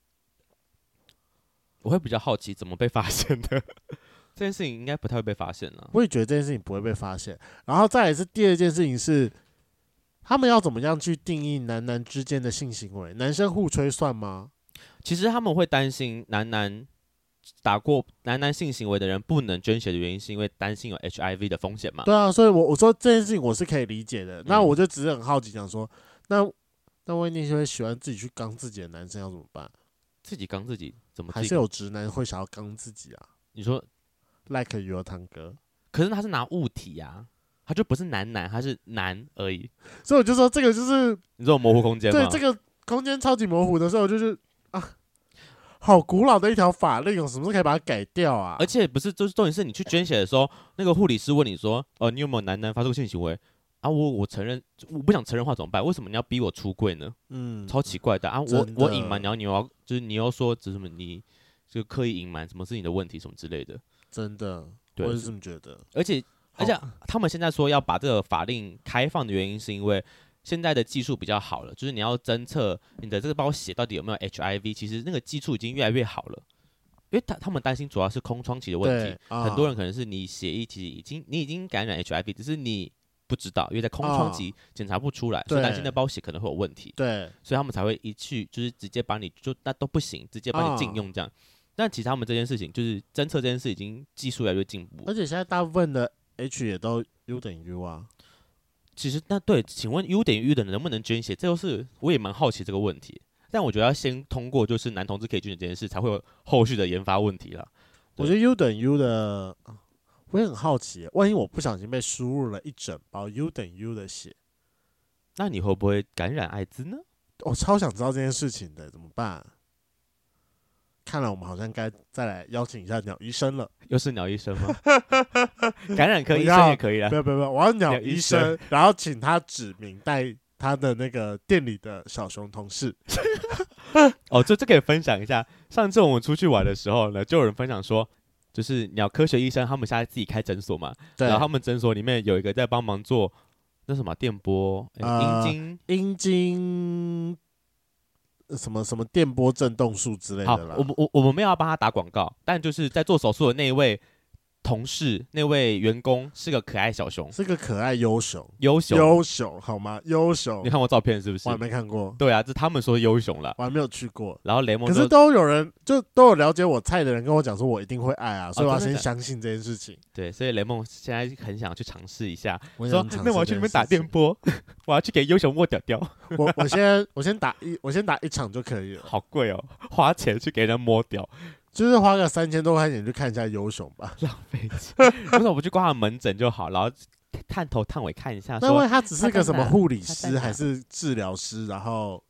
我会比较好奇怎么被发现的。这件事情应该不太会被发现了。
我也觉得这件事情不会被发现。然后再来是第二件事情是，他们要怎么样去定义男男之间的性行为？男生互吹算吗？
其实他们会担心男男打过男男性行为的人不能捐血的原因，是因为担心有 HIV 的风险嘛？
对啊，所以我我说这件事情我是可以理解
嗯
的。那我就只是很好奇，想说，那那万一那些喜欢自己去刚自己的男生要怎么办？
自己刚自己怎么
还
自
是
己？
有直男会想要刚自己啊
你说
？Like your 堂哥，
可是他是拿物体啊，他就不是男男，他是男而已。
所以我就说这个就是
你知道模糊空间吗？
对这个空间超级模糊的时候，我就是啊，好古老的一条法令，哦，什么时候可以把它改掉啊？
而且不是，就是重点是你去捐血的时候，那个护理师问你说，哦，你有没有男男发生性行为？啊，我我承认，我不想承认的话怎么办？为什么你要逼我出柜呢？
嗯，
超奇怪的啊！我
真的
我隐瞒，然后你又要就是你又说就是什么你就刻意隐瞒，什么是你的问题什么之类的。
真的，
对
我也是这么觉得。
而且而且他们现在说要把这个法令开放的原因，是因为现在的技术比较好了，就是你要侦测你的这个包血到底有没有 HIV，其实那个技术已经越来越好了。因为他他们担心主要是空窗期的问题
对，，啊
很多人可能是你血液其实已经你已经感染 HIV，只是你不知道，因为在空窗
啊
期检查不出来，所以
对
担心那包血可能会有问题。
对
所以他们才会一去就是直接把你就那都不行，直接把你禁
啊
用这样。但其实他们这件事情就是侦测这件事已经技术越来越进步
而。且现在大部分的 H 也都 U 等于 U 啊，
其实那对，请问 U 等于 U 的人能不能捐血？这就是我也蛮好奇这个问题。但我觉得要先通过就是男同志可以捐血这件事，才会有后续的研发问题啦。对
我觉得 U 等于 U 的，啊我也很好奇，万一我不小心被输入了一整包 U 等于 U 的血，
那你会不会感染艾滋呢？
我超想知道这件事情的，怎么办？看来我们好像该再来邀请一下鸟医生了。
又是鸟医生吗？ 感染科医
不要
生也可以啦
没。有没有没有，我要鸟
啊鸟医
医生，然后请他指名带他的那个店里的小熊同事。
哦，这这可以分享一下。上次我们出去玩的时候呢，就有人分享说，就是鸟科学医生他们现在自己开诊所嘛，
对，
然后他们诊所里面有一个在帮忙做那什么电波、哎
呃
阴茎。
阴茎呃什么什么电波振动术之类
好
的啦，。
我们我我们没有要帮他打广告，但就是在做手术的那一位同事、那位员工是个可爱小熊，
是个可爱优雄，
优雄。
优雄好吗？优雄
你，看过照片是不是
我还？没看过，
对啊，这他们说优雄了。
我还没有去过。
然后雷蒙
可是
就
都有人，就都有了解我菜的人跟我讲说，我一定会爱啊，所以我要
哦真的
先
假的
相信这件事情。
对，所以雷蒙现在很想去尝试一下，
我
说
想尝试
那我要
这
去
件
那边打
事情
电波， 我要去给优雄握屌屌。
我我先我先打一我先打一场就可以了，
好贵哦，花钱去给人家摸掉，
就是花个三千多块钱去看一下游雄吧。
浪费钱。 为什么不去挂他门诊就好？然后探头探尾看一下，
那因为
说
他只是个什么护理师
他在哪
还是治疗师，然后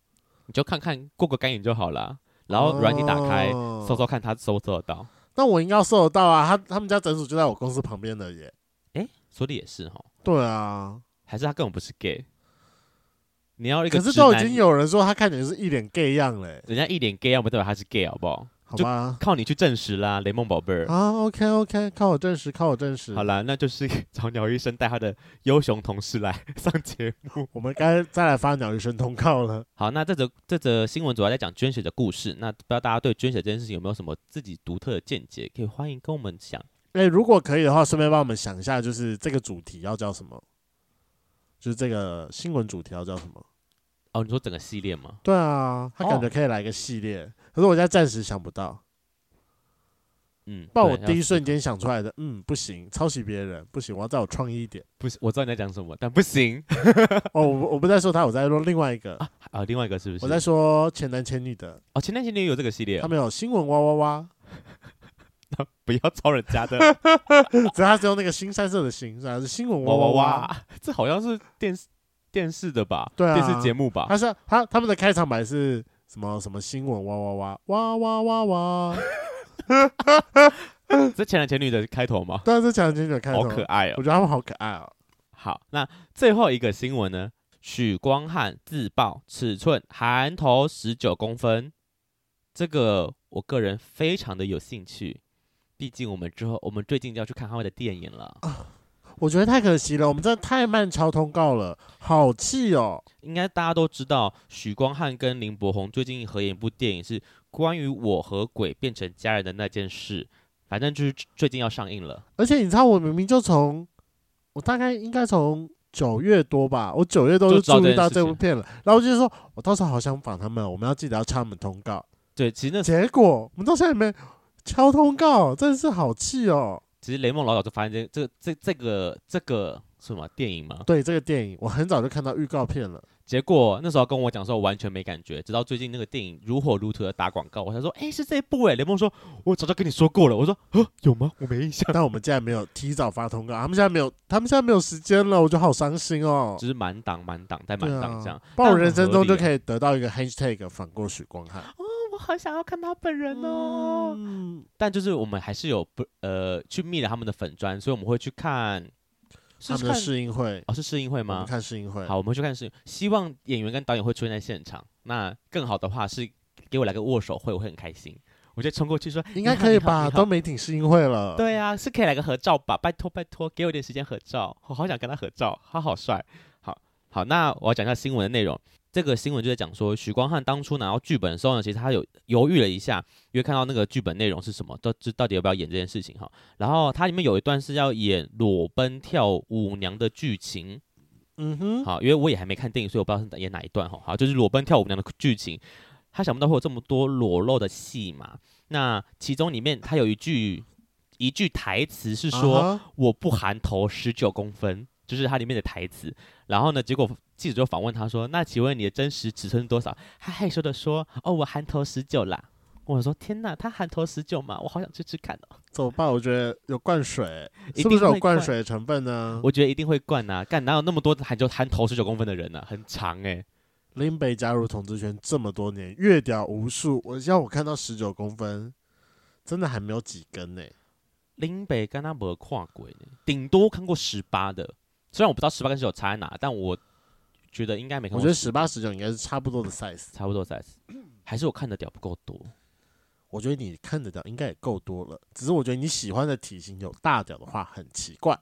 你就看看过个干瘾就好啦。然后软体打开，
哦
搜搜看他搜不搜得到。
那我应该要搜得到啊，他他们家诊所就在我公司旁边的耶。
诶，说的也是哈，
对啊，
还是他根本不是 gay。你要一个
可是
直男
都已经，有人说他看起来是一脸 gay 样嘞，
人家一脸 gay，要不代表他是 gay 好不好？
好
就
吧？
靠你去证实啦，雷蒙宝贝儿。
啊，OK OK，靠我证实，靠我证实。
好
了，
啦，那就是 找鸟医生带他的优雄同事来上节目。
我们该再来发鸟医生通告了。
好，那这则这则新闻主要在讲捐血的故事。那不知道大家对捐血这件事情有没有什么自己独特的见解？可以欢迎跟我们讲。
哎、如果可以的话，顺便帮我们想一下，就是这个主题要叫什么？就是这个新闻主题要叫什么？
哦，你说整个系列吗？
对啊，他感
哦
觉可以来一个系列，可是我现在暂时想不到。
嗯，
不然
对
我
要
第一
思
瞬
考
间想出来的，嗯，不行，抄袭别人不行，我要再有创意一点。
不是，我知道你在讲什么，但不 行
哦，我我不在说他，我在说另外一个，
啊。另外一个是不是？
我在说前男前女的，
哦，前段时间有这个系列
他
哦，
们有新闻哇哇哇，
不要抄人家的
只要他是用那个新三色的新，然后是新闻哇
哇哇
哇哇。
哇， 这好像是电视电视的吧？
对啊
电视节目吧？
他是他他们的开场白是什么什么新闻哇哇哇哇哇哇哇，
这前男前女的开头吗？
但是前男前女的开
好
头，
可爱哦
我。觉得他们好可爱哦。
好，那最后一个新闻呢？许光汉自曝尺寸含头十九公分，这个我个人非常的有兴趣，毕竟我们之后我们最近就要去看他们的电影了，
我觉得太可惜了，我们真的太慢敲通告了，好气哦。
应该大家都知道，许光汉跟林柏宏最近合演一部电影是关于我和鬼变成家人的那件事，反正就是最近要上映了。
而且你知道，我明明就从我大概应该从九月多吧，我九月多
就
就
知道
注
这
意
件
到
事
这
情
部片了，然后我就说，我到时候好想访他们，我们要记得要敲他们通告。
对，其实那时 候
结果我们到现在没敲通告，真的是好气哦。
其实雷梦老早就发现这这这这个这个什么电影吗？
对这个电影，我很早就看到预告片了。
结果那时候跟我讲说，我完全没感觉，直到最近那个电影如火如荼的打广告，我才说，哎、是这一部哎、雷梦说，我早就跟你说过了。我说，呃，有吗？我没印象，
但我们竟然没有提早发通告，他们现在没有，他们现在没有时间了，我就好伤心哦。
就是满档满档再满
对
档这样
啊，，不然我
但
人生中就
以。
可以得到一个 hashtag 反过许光汉。
我好想要看他本人哦。
嗯，
但就是我们还是有不呃去密了他们的粉砖，所以我们会去看是
他们的
看
试映会，
哦是试映会
我们
吗？
看试映会。
好，我们去看是希望演员跟导演会出现在现场。那更好的话是给我来个握手会，我会很开心。我就冲过去说，
应
你
该
好
可以
你好
吧？
你好
都媒体试映会了，，
对啊，是可以来个合照吧？拜托拜托，给我一点时间合照，我好想跟他合照，他好帅。好好，那我要讲一下新闻的内容。这个新闻就在讲说，许光汉当初拿到剧本的时候呢，其实他有犹豫了一下，因为看到那个剧本内容是什么，到这到底要不要演这件事情哈。然后它里面有一段是要演裸奔跳舞娘的剧情，
嗯哼，
好，因为我也还没看电影，所以我不知道是演哪一段哈。好，就是裸奔跳舞娘的剧情，他想不到会有这么多裸露的戏嘛。那其中里面他有一句一句台词是说、
啊哈
我不含头十九公分，就是它里面的台词。然后呢，结果记者就访问他说：“那请问你的真实尺寸是多少？”他害羞的说：“哦，我含头十九啦。”我说：“天哪，他含头十九嘛，我好想吃吃看哦。
怎么办？我觉得有灌水，
一
是不
定
是有
会
灌
灌
水的成分呢”？
我觉得一定会灌呐、干哪有那么多含就含头十九公分的人呢、啊很长欸诶、
林北加入统治圈这么多年，越屌无数，我要我看到十九公分，真的还没有几根呢、
林北跟他没跨过呢，顶多看过十八的，虽然我不知道十八跟十九差在哪，但我觉得应该没看
我
过。
觉得十八、十九应该是差不多的 size。
差不多 size，还是我看的屌不够多。
我觉得你看得到，应该也够多了。只是我觉得你喜欢的体型有大屌的话，很奇怪。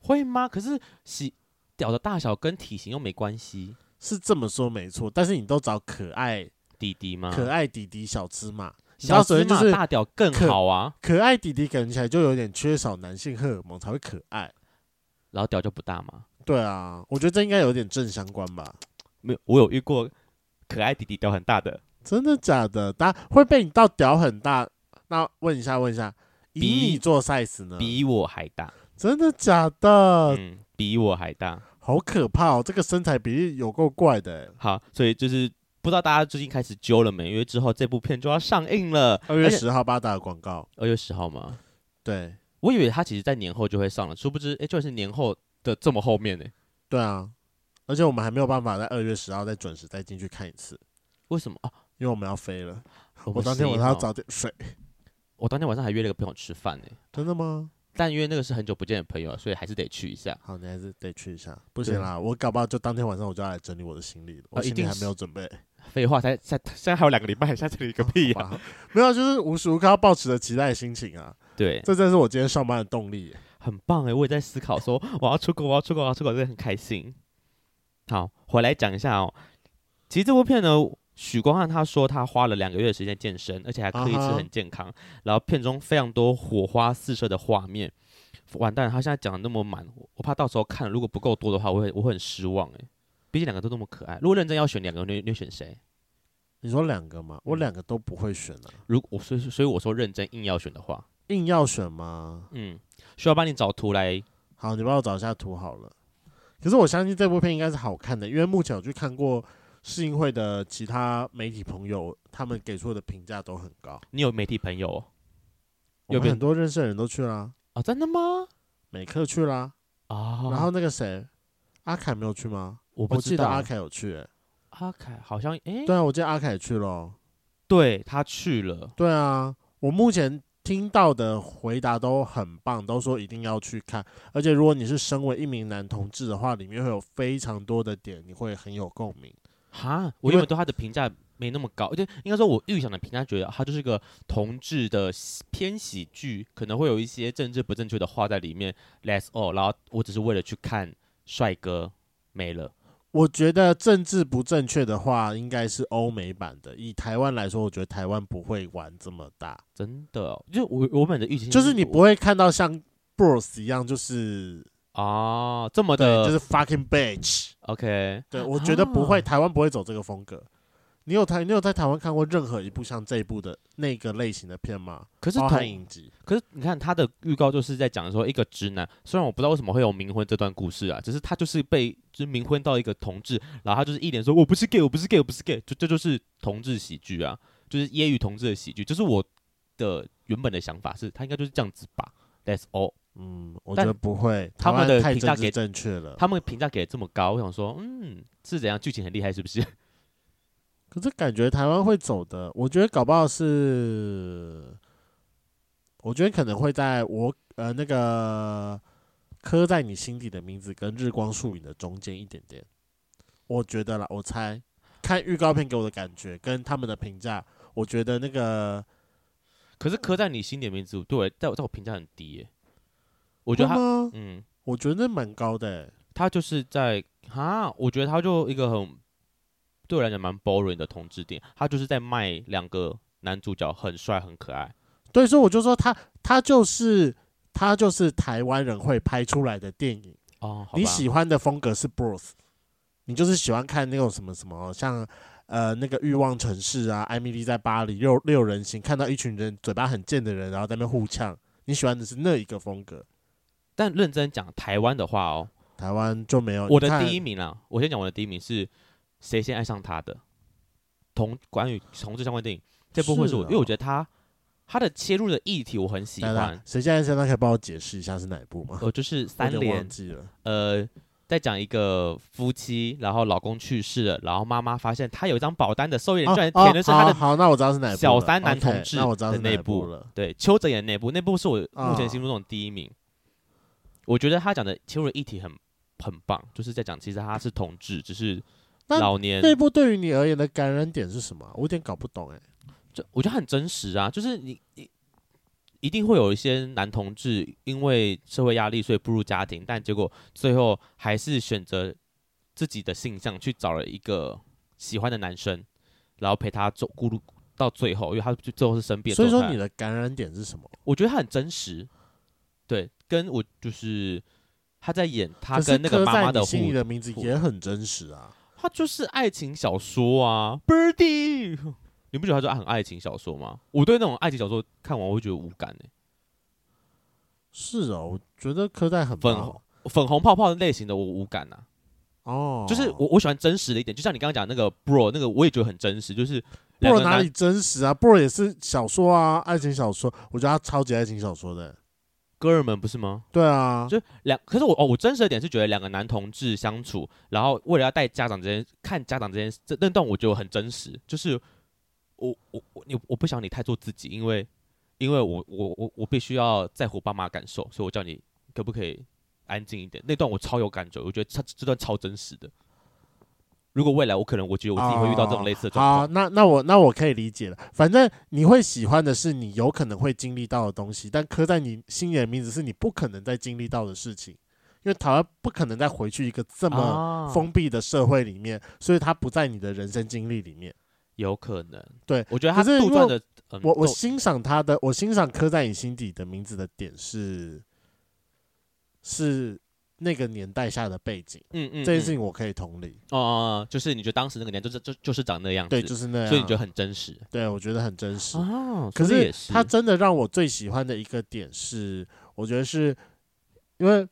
会吗？可是喜屌的大小跟体型又没关系，
是这么说没错，但是你都找可爱、
弟弟吗？
可爱弟弟小芝麻，你知道
小
首
芝
先就
麻
是
大屌更
可
好啊，
可爱弟弟感觉起来就有点缺少男性荷尔蒙才会可爱。
然后屌就不大嘛。
对啊，我觉得这应该有点正相关吧？
没有，我有遇过可爱弟弟屌很大的，
真的假的？大会被你到屌很大？那问一下，问一下，以
比
你做 size 呢？
比我还大，
真的假的？
嗯，比我还大。
好可怕哦！这个身材比例有够怪的欸。
好，所以就是不知道大家最近开始揪了没？因为之后这部片就要上映了，
二月十号八打的广告，
二月十号嘛。
对
我以为它其实在年后就会上了，殊不知哎、诶居然是年后的这么后面呢、
对啊，而且我们还没有办法在二月十号再准时再进去看一次，
为什么啊？
因为我们要飞了。
我
我
们
当天晚
11
上要
号
早点睡。
哦我当天晚上还约了一个朋友吃饭呢、
真的吗？
但因为那个是很久不见的朋友，所以还是得去一下。
好，你还是得去一下。不行啦，我搞不好就当天晚上我就要来整理我的行李了，我
啊一
行李
定
还没有
是
准备。
废话，才才现在还有两个礼拜，现在这里个屁呀、
哇没有啊，就是无时无刻要保持着期待的心情啊，
对，
这真是我今天上班的动力耶。
很棒哎！我也在思考说，我要出国，我要出国，我要出国，真的很开心。好，回来讲一下哦。其实这部片呢，许光汉他说他花了两个月的时间健身，而且还刻意吃
啊哈
很健康。然后片中非常多火花四射的画面，完蛋了！他现在讲的那么满，我怕到时候看如果不够多的话，我会我会很失望哎。毕竟两个都那么可爱，如果认真要选两个，你会你会选谁？
你说两个
嗯
吗？我两个都不会选啊，
如果我所以所以我说认真硬要选的话，
硬要选吗？
嗯，需要帮你找图来
好，你帮我找一下图好了。可是我相信这部片应该是好看的，因为目前我去看过试映会的其他媒体朋友，他们给出的评价都很高。
你有媒体朋友哦？
我
有
们
没有
很多认识的人都去啦，
啊真的吗？
美克去啦，
啊、
然后那个谁，阿凯没有去吗？
我不
我
知
记
道
得阿凯有去、欸，
阿凯好像诶，
对啊，我记得阿凯去咯。
对他去了，
对啊，我目前听到的回答都很棒，都说一定要去看。而且如果你是身为一名男同志的话，里面会有非常多的点，你会很有共鸣。
哈，我
因
原
为
本对他的评价没那么高，就应该说我预想的评价觉得他就是个同志的喜偏喜剧，可能会有一些政治不正确的话在里面，less all，然后我只是为了去看帅哥没了。
我觉得政治不正确的话，应该是欧美版的。以台湾来说，我觉得台湾不会玩这么大，
真的哦，就我我本来的预期
就是你不
会
会看到像 Bros 一样，就是
啊这么
对，
的，
就是 fucking bitch。
OK，
对，我觉得不会，
啊
台湾不会走这个风格。你有台，你有在台湾看过任何一部像这一部的那个类型的片吗？
可是
包
同
含影集。
可是你看他的预告就是在讲说，一个直男，虽然我不知道为什么会有冥婚这段故事啊，只是他就是被就是冥婚到一个同志，然后他就是一脸说我不是 gay，我不是 gay，我不是 gay，就这就是同志喜剧啊，就是揶揄同志的喜剧，就是我的原本的想法是他应该就是这样子吧，That's all。
嗯，我觉
但
得不会，
他们
台湾
的
太
评价
政治
给
正确了。
他们评价给得这么高，我想说，嗯，是怎样剧情很厉害是不是？
可是感觉台湾会走的，我觉得搞不好是，我觉得可能会在我呃那个刻在你心底的名字跟日光树影的中间一点点。我觉得啦，我猜看预告片给我的感觉跟他们的评价，我觉得那个
可是刻在你心里的名字，对我在我在我评价很低耶、我觉得
会
他，
吗
嗯，
我觉得蛮高的、欸，
他就是在哈，我觉得他就一个很对我来讲蛮 boring 的同志点，他就是在卖两个男主角很帅很可爱，
对，所以我就说他他就是他就是台湾人会拍出来的电影。
哦，好
你
吧
喜欢的风格是 Bros，你就是喜欢看那种什么什么，像呃那个《欲望城市》啊，《艾米丽在巴黎》六六人行，看到一群人嘴巴很贱的人，然后在那边互呛。你喜欢的是那一个风格，
但认真讲台湾的话哦，
台湾就没有。哦
我
你
的
看
第一名啦，我先讲我的第一名是谁先爱上他的同关于同志相关电影，这部会是我，
是哦
因为我觉得他他的切入的议题我很喜
等等
欢，
谁现在现在可以帮我解释一下是哪一部吗？
呃，就是三
我有点
连
忘记了，
呃，再讲一个夫妻，然后老公去世了，然后妈妈发现他有一张保单的受益人居然填的是他
好
的、
啊好，那我知道是哪一部了
小三男
OK，
同志
那我知道是
的
哪
那
一
一部
部了。
对邱泽演的那部，那部是我目
啊
前心目中的第一名。我觉得他讲的切入的议题很很棒，就是在讲其实他是同志，只是
那
老年
那一部对于你而言的感染点是什么啊？我有点搞不懂哎。
就我觉得很真实啊，就是你你一定会有一些男同志因为社会压力，所以步入家庭，但结果最后还是选择自己的性向去找了一个喜欢的男生，然后陪他做咕噜到最后，因为他最最后是生病的
所以
状态。
说你的感染点是什么？
我觉得他很真实，对，跟我就是他在演他
可是
跟那个
刻
妈
在
妈
你
的互
心里的名字
互
也很真实啊。
他就是爱情小说啊，Birdy。你不觉得他就很爱情小说吗？我对那种爱情小说看完我会觉得无感欸诶、
是哦，我觉得科代很
粉
棒
红粉红泡泡类型的我无感呐、
哦，
就是我我喜欢真实的一点，就像你刚刚讲那个 bro 那个我也觉得很真实，就是
布
两
尔
个
哪
男
里真实啊？布尔也是小说啊，爱情小说，我觉得他超级爱情小说的。
哥们不是吗？
对啊，
就两，可是我哦，我真实的点是觉得两个男同志相处，然后为了要带家长之间看家长之间这那段，我觉得很真实，就是我我我你我不想你太做自己，因为因为我我我我必须要在乎爸妈感受，所以我叫你可不可以安静一点？那段我超有感觉，我觉得超这段超真实的。如果未来我可能我觉得我自己会遇到这种类似的
哦
状
啊好，
况，
那那我那我可以理解了。反正你会喜欢的是你有可能会经历到的东西，但刻在你心里的名字是你不可能再经历到的事情，因为台湾不可能再回去一个这么
啊
封闭的社会里面，所以它不在你的人生经历里面。
有可能，
对
我觉得他
可是
杜
因为
撰的，嗯
我我
都
欣赏他的，我欣赏刻在你心底的名字的点是，是那个年代下的背景，
嗯嗯
这件事
嗯
情我可以同理。
哦哦，哦就是你觉得当时那个年代就是就就是长那个样子，
对，啊就是那样。
所以你觉得很真实
对我觉得很真实。
哦
可
是
他真的让我最喜欢的一个点是，我觉得是因为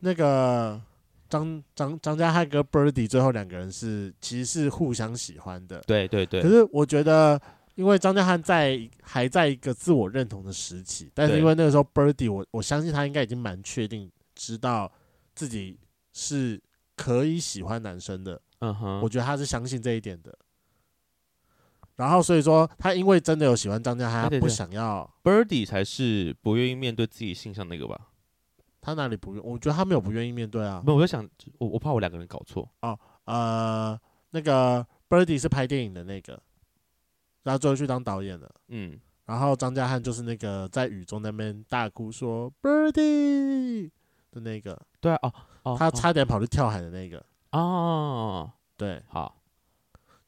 那个张张张家汉跟 Birdy 最后两个人是其实是互相喜欢的，
对对对
可，是我觉得，因为张家汉在还在一个自我认同的时期，但是
对
因为那个时候 Birdy，我我相信他应该已经蛮确定知道自己是可以喜欢男生的，
嗯哼，
我觉得他是相信这一点的。然后所以说，他因为真的有喜欢张家汉，
对
他
对
不
对
想要
Birdy 才是不愿意面对自己性向那个吧？
他哪里不愿，我觉得他没有不愿意面对啊。
没有，我在想，我我怕我两个人搞错。
呃，那个 Birdy 是拍电影的那个，然后最后去当导演了。
嗯，
然后张家汉就是那个在雨中那边大哭说 “Birdy” 的那个，
对啊，哦哦，
他
哦
差点跑去跳海的那个。
哦，
对，
好，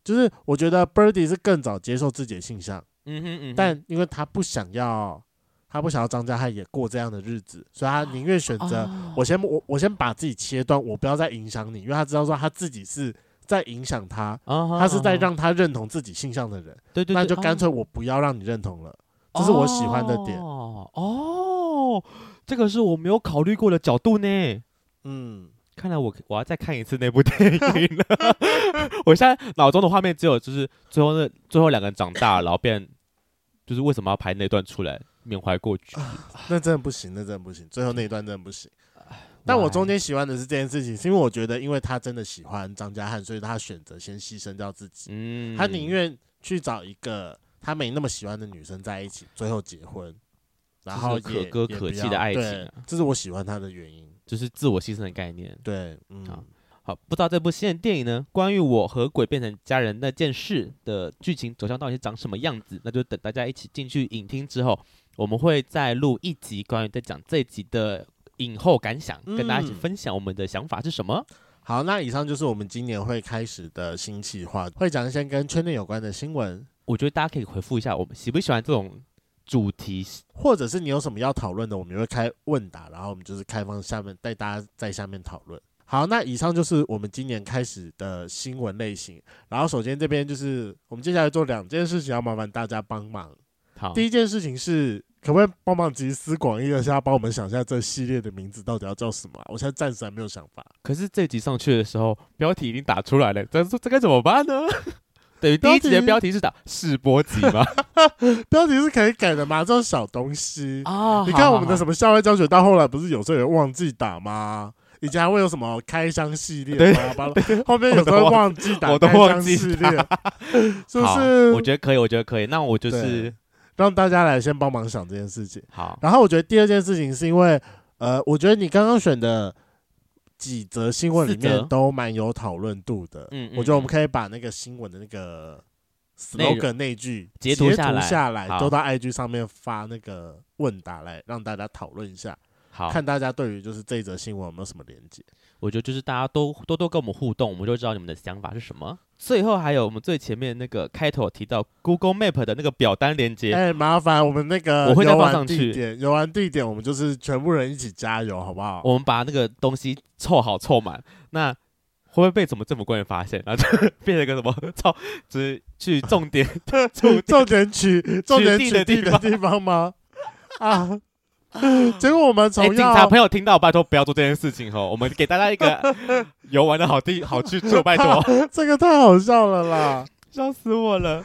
就是我觉得 Birdy 是更早接受自己的性向，
嗯哼嗯哼，
但因为他不想要，他不想要张家汉也过这样的日子，所以他宁愿选择、
哦
我先我我先把自己切断，我不要再影响你，因为他知道说他自己是在影响他，
啊哈
他是在
啊哈
让他认同自己性向的人，
对对，
那
对
就干，脆
哦
我不要让你认同了，这是我喜欢的点。
哦哦，这个是我没有考虑过的角度呢。
嗯。
看来我我要再看一次那部电影了。 我现在脑中的画面只有就是最后那最后两个人长大了，然后变就是为什么要拍那段出来，缅怀过去。
那真的不行，那真的不行，最后那一段真的不行。但我中间喜欢的是这件事情，是因为我觉得，因为他真的喜欢张家汉，所以他选择先牺牲掉自己，
嗯
他宁愿去找一个他没那么喜欢的女生在一起，最后结婚，然后
这是
也
可歌可泣的爱情啊，
也不要对这是我喜欢他的原因。
就是自我牺牲的概念。
对，嗯，
好好，不知道这部新的电影呢，关于我和鬼变成家人那件事的剧情走向到底是长什么样子，那就等大家一起进去影厅之后，我们会再录一集关于在讲这一集的影后感想，跟大家一起
嗯
分享我们的想法是什么。
好，那以上就是我们今年会开始的新企划，会讲一些跟圈内有关的新闻，
我觉得大家可以回复一下，我们喜不喜欢这种主题
或者是你有什么要讨论的，我们也会开问答，然后我们就是开放下面带大家在下面讨论。好，那以上就是我们今年开始的新闻类型。然后首先这边就是我们接下来做两件事情，要麻烦大家帮忙。
好，
第一件事情是，可不可以帮忙集思广益一下，帮我们想一下这系列的名字到底要叫什么啊、我现在暂时还没有想法。
可是这集上去的时候，标题已经打出来了，这这该怎么 办呢？等于第一集的标题是打试播集吗？
标题是可以改的吗？这种小东西
啊
你看我们的什
么？
么校外教学，到后来不是有时候也忘记打吗？以前还会有什么开箱系 列，巴拉巴拉，后面有时候会忘记打
我都
开箱
忘记
系 列，是不
好我
是？
觉得可以，我觉得可以。那我就是
对让大家来先帮忙想这件事情。
好，
然后我觉得第二件事情是因为，呃，我觉得你刚刚选的几则新闻里
四
面
则
都蛮有讨论度的，
嗯嗯
我觉得我
嗯
们可以把那个新闻的那个
内容
slogan 那句
截
图
图下来
下来，
好
都到 IG 上面发那个问答来让大家讨论一下。
好，
看大家对于就是这一则新闻有没有什么连接。
我觉得就是大家都多多跟我们互动，我们就知道你们的想法是什么。最后还有我们最前面那个开头提到 Google Map 的那个表单连接，
哎、麻烦我们那个
我会再
游
放
玩
上去
地点，游玩地点我们就是全部人一起加油，好不好？
我们把那个东西凑好凑满，那会不会被什么政府官员发现，然后就 变成一个什么操，只去重点 重点
重点取重点取地的地方吗？啊！ 结果我们
哎
从
警察
要
朋友听到，拜托不要做这件事情哦。我们给大家一 个游玩的好地好去处，拜托，
这个太好笑了啦！
笑死我了。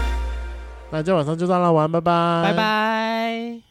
那今天晚上就到了，玩，拜拜，
拜。拜。